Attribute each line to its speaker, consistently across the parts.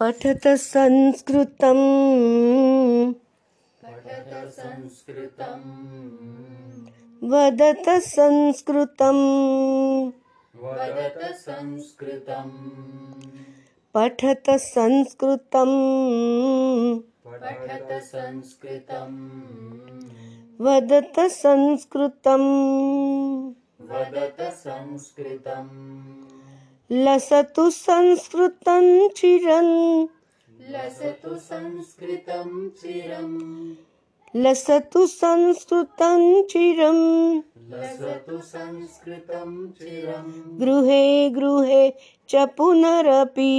Speaker 1: पठत संस्कृतं
Speaker 2: पठत संस्कृतम्
Speaker 1: वदत संस्कृतं
Speaker 2: वदत संस्कृतम्
Speaker 1: पठत संस्कृतं
Speaker 2: पठत संस्कृतम्
Speaker 1: वदत संस्कृतं
Speaker 2: वदत संस्कृतम्
Speaker 1: लसतु संस्कृतं चिरन्
Speaker 2: लसतु संस्कृतं चिरम्
Speaker 1: लसतु संस्कृतं चिरं
Speaker 2: लसतु संस्कृतं चिरम्
Speaker 1: गृहे गृहे च पुनरपि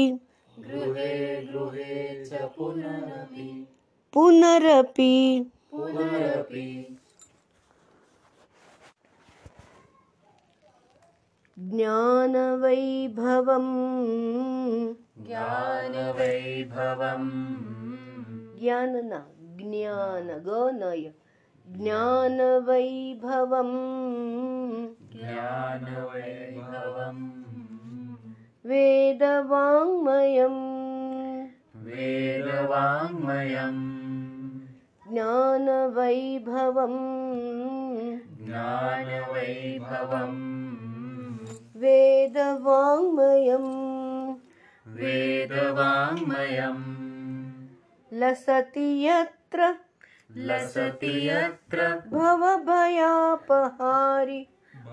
Speaker 2: गृहे गृहे च पुनरपि
Speaker 1: पुनरपि
Speaker 2: पुनरपि
Speaker 1: ज्ञानवैभवम्
Speaker 2: ज्ञानवैभवम्
Speaker 1: ज्ञान न ज्ञान गनय ज्ञानवैभवम्
Speaker 2: ज्ञानवैभवम्
Speaker 1: वेदवाङ्मयम्
Speaker 2: वेदवाङ्मयम्
Speaker 1: ज्ञानवैभवम्
Speaker 2: ज्ञानवैभवम्
Speaker 1: वेदवाङ्मयम्
Speaker 2: वेदवाङ्मयम्
Speaker 1: लसति यत्र
Speaker 2: लसति यत्र
Speaker 1: भवभयापहारि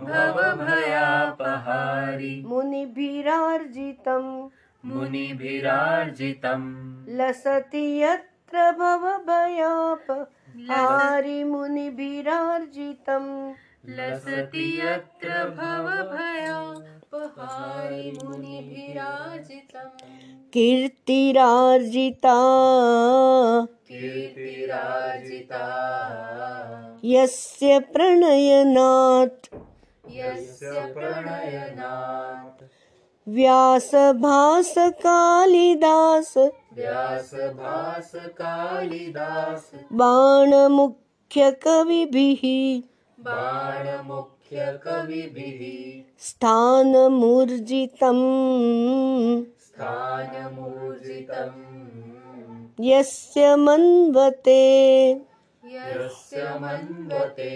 Speaker 2: भवभयापहारि
Speaker 1: मुनिभिरार्जितम्
Speaker 2: मुनिभिरार्जितम्
Speaker 1: लसति यत्र भवभयापहारि मुनिभिरार्जितम्
Speaker 2: लसति यत्र भवभयापहारि मुनिभिराजितम्
Speaker 1: कीर्तिरार्जिता
Speaker 2: कीर्तिराजिता
Speaker 1: यस्य प्रणयनात्
Speaker 2: यस्य प्रणयनात्
Speaker 1: व्यासभासकालिदास
Speaker 2: व्यासभासकालिदास
Speaker 1: बाणमुख्यकविभिः
Speaker 2: बाणमुख्यकविभिः
Speaker 1: स्थानमूर्जितम्
Speaker 2: स्थानमूर्जितम्
Speaker 1: यस्य मन्वते
Speaker 2: यस्य मन्वते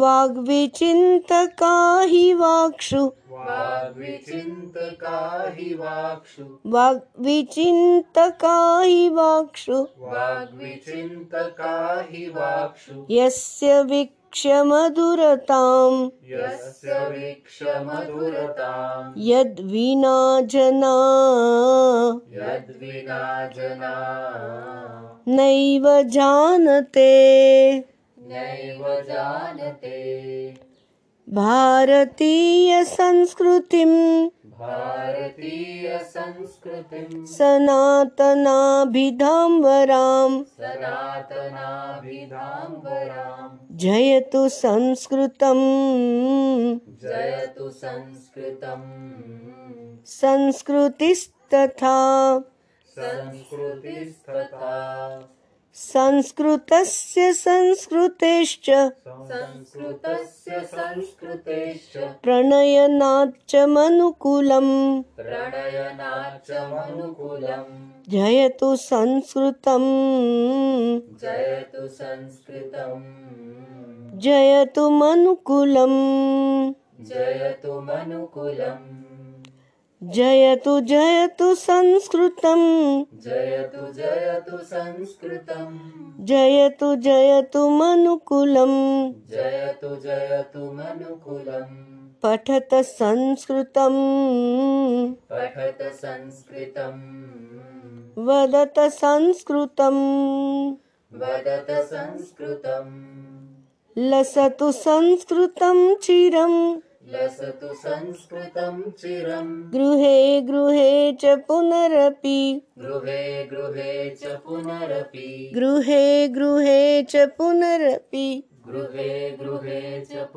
Speaker 1: वाग्विचिन्तका हि वाक्षु
Speaker 2: वाग्विचिन्तका हि वाक्षु
Speaker 1: वाग्विचिन्तका हि वाक्षु
Speaker 2: वाग्विचिन्तका हि वाक्षु
Speaker 1: यस्य वीक्ष्य मधुरताम्
Speaker 2: यस्य वीक्षमधुरताम्
Speaker 1: यद्विना जना
Speaker 2: यद्विना जना
Speaker 1: नैव जानते
Speaker 2: नैव जानते
Speaker 1: भारतीयसंस्कृतिम्
Speaker 2: भारतीयसंस्कृतिम्
Speaker 1: सनातनाभिधाम्बराम्
Speaker 2: सनातनाभिधाम्बराम्
Speaker 1: जयतु संस्कृतम्
Speaker 2: जयतु संस्कृतम्
Speaker 1: संस्कृतिस्तथा
Speaker 2: संस्कृतिस्तथा
Speaker 1: संस्कृतस्य संस्कृतेश्च
Speaker 2: संस्कृतस्य संस्कृतेश्च
Speaker 1: प्रणयनाच्च मनुकुलम्
Speaker 2: प्रणयनाचमनुकूलम्
Speaker 1: जयतु संस्कृतम्
Speaker 2: जयतु संस्कृतम्
Speaker 1: जयतु मनुकुलम्
Speaker 2: जयतु मनुकुलम्
Speaker 1: जयतु जयतु संस्कृतम्
Speaker 2: जयतु जयतु संस्कृतम्
Speaker 1: जयतु जयतु मनुकुलम्
Speaker 2: जयतु जयतु मनुकुलम्
Speaker 1: पठत संस्कृतम्
Speaker 2: पठत संस्कृतम्
Speaker 1: वदत संस्कृतम्
Speaker 2: वदत संस्कृतम्
Speaker 1: लसतु संस्कृतं चिरम्
Speaker 2: लसतु संस्कृतं चिरम्
Speaker 1: गृहे गृहे च पुनरपि
Speaker 2: गृहे गृहे च पुनरपि
Speaker 1: गृहे गृहे च पुनरपि
Speaker 2: गृहे गृहे च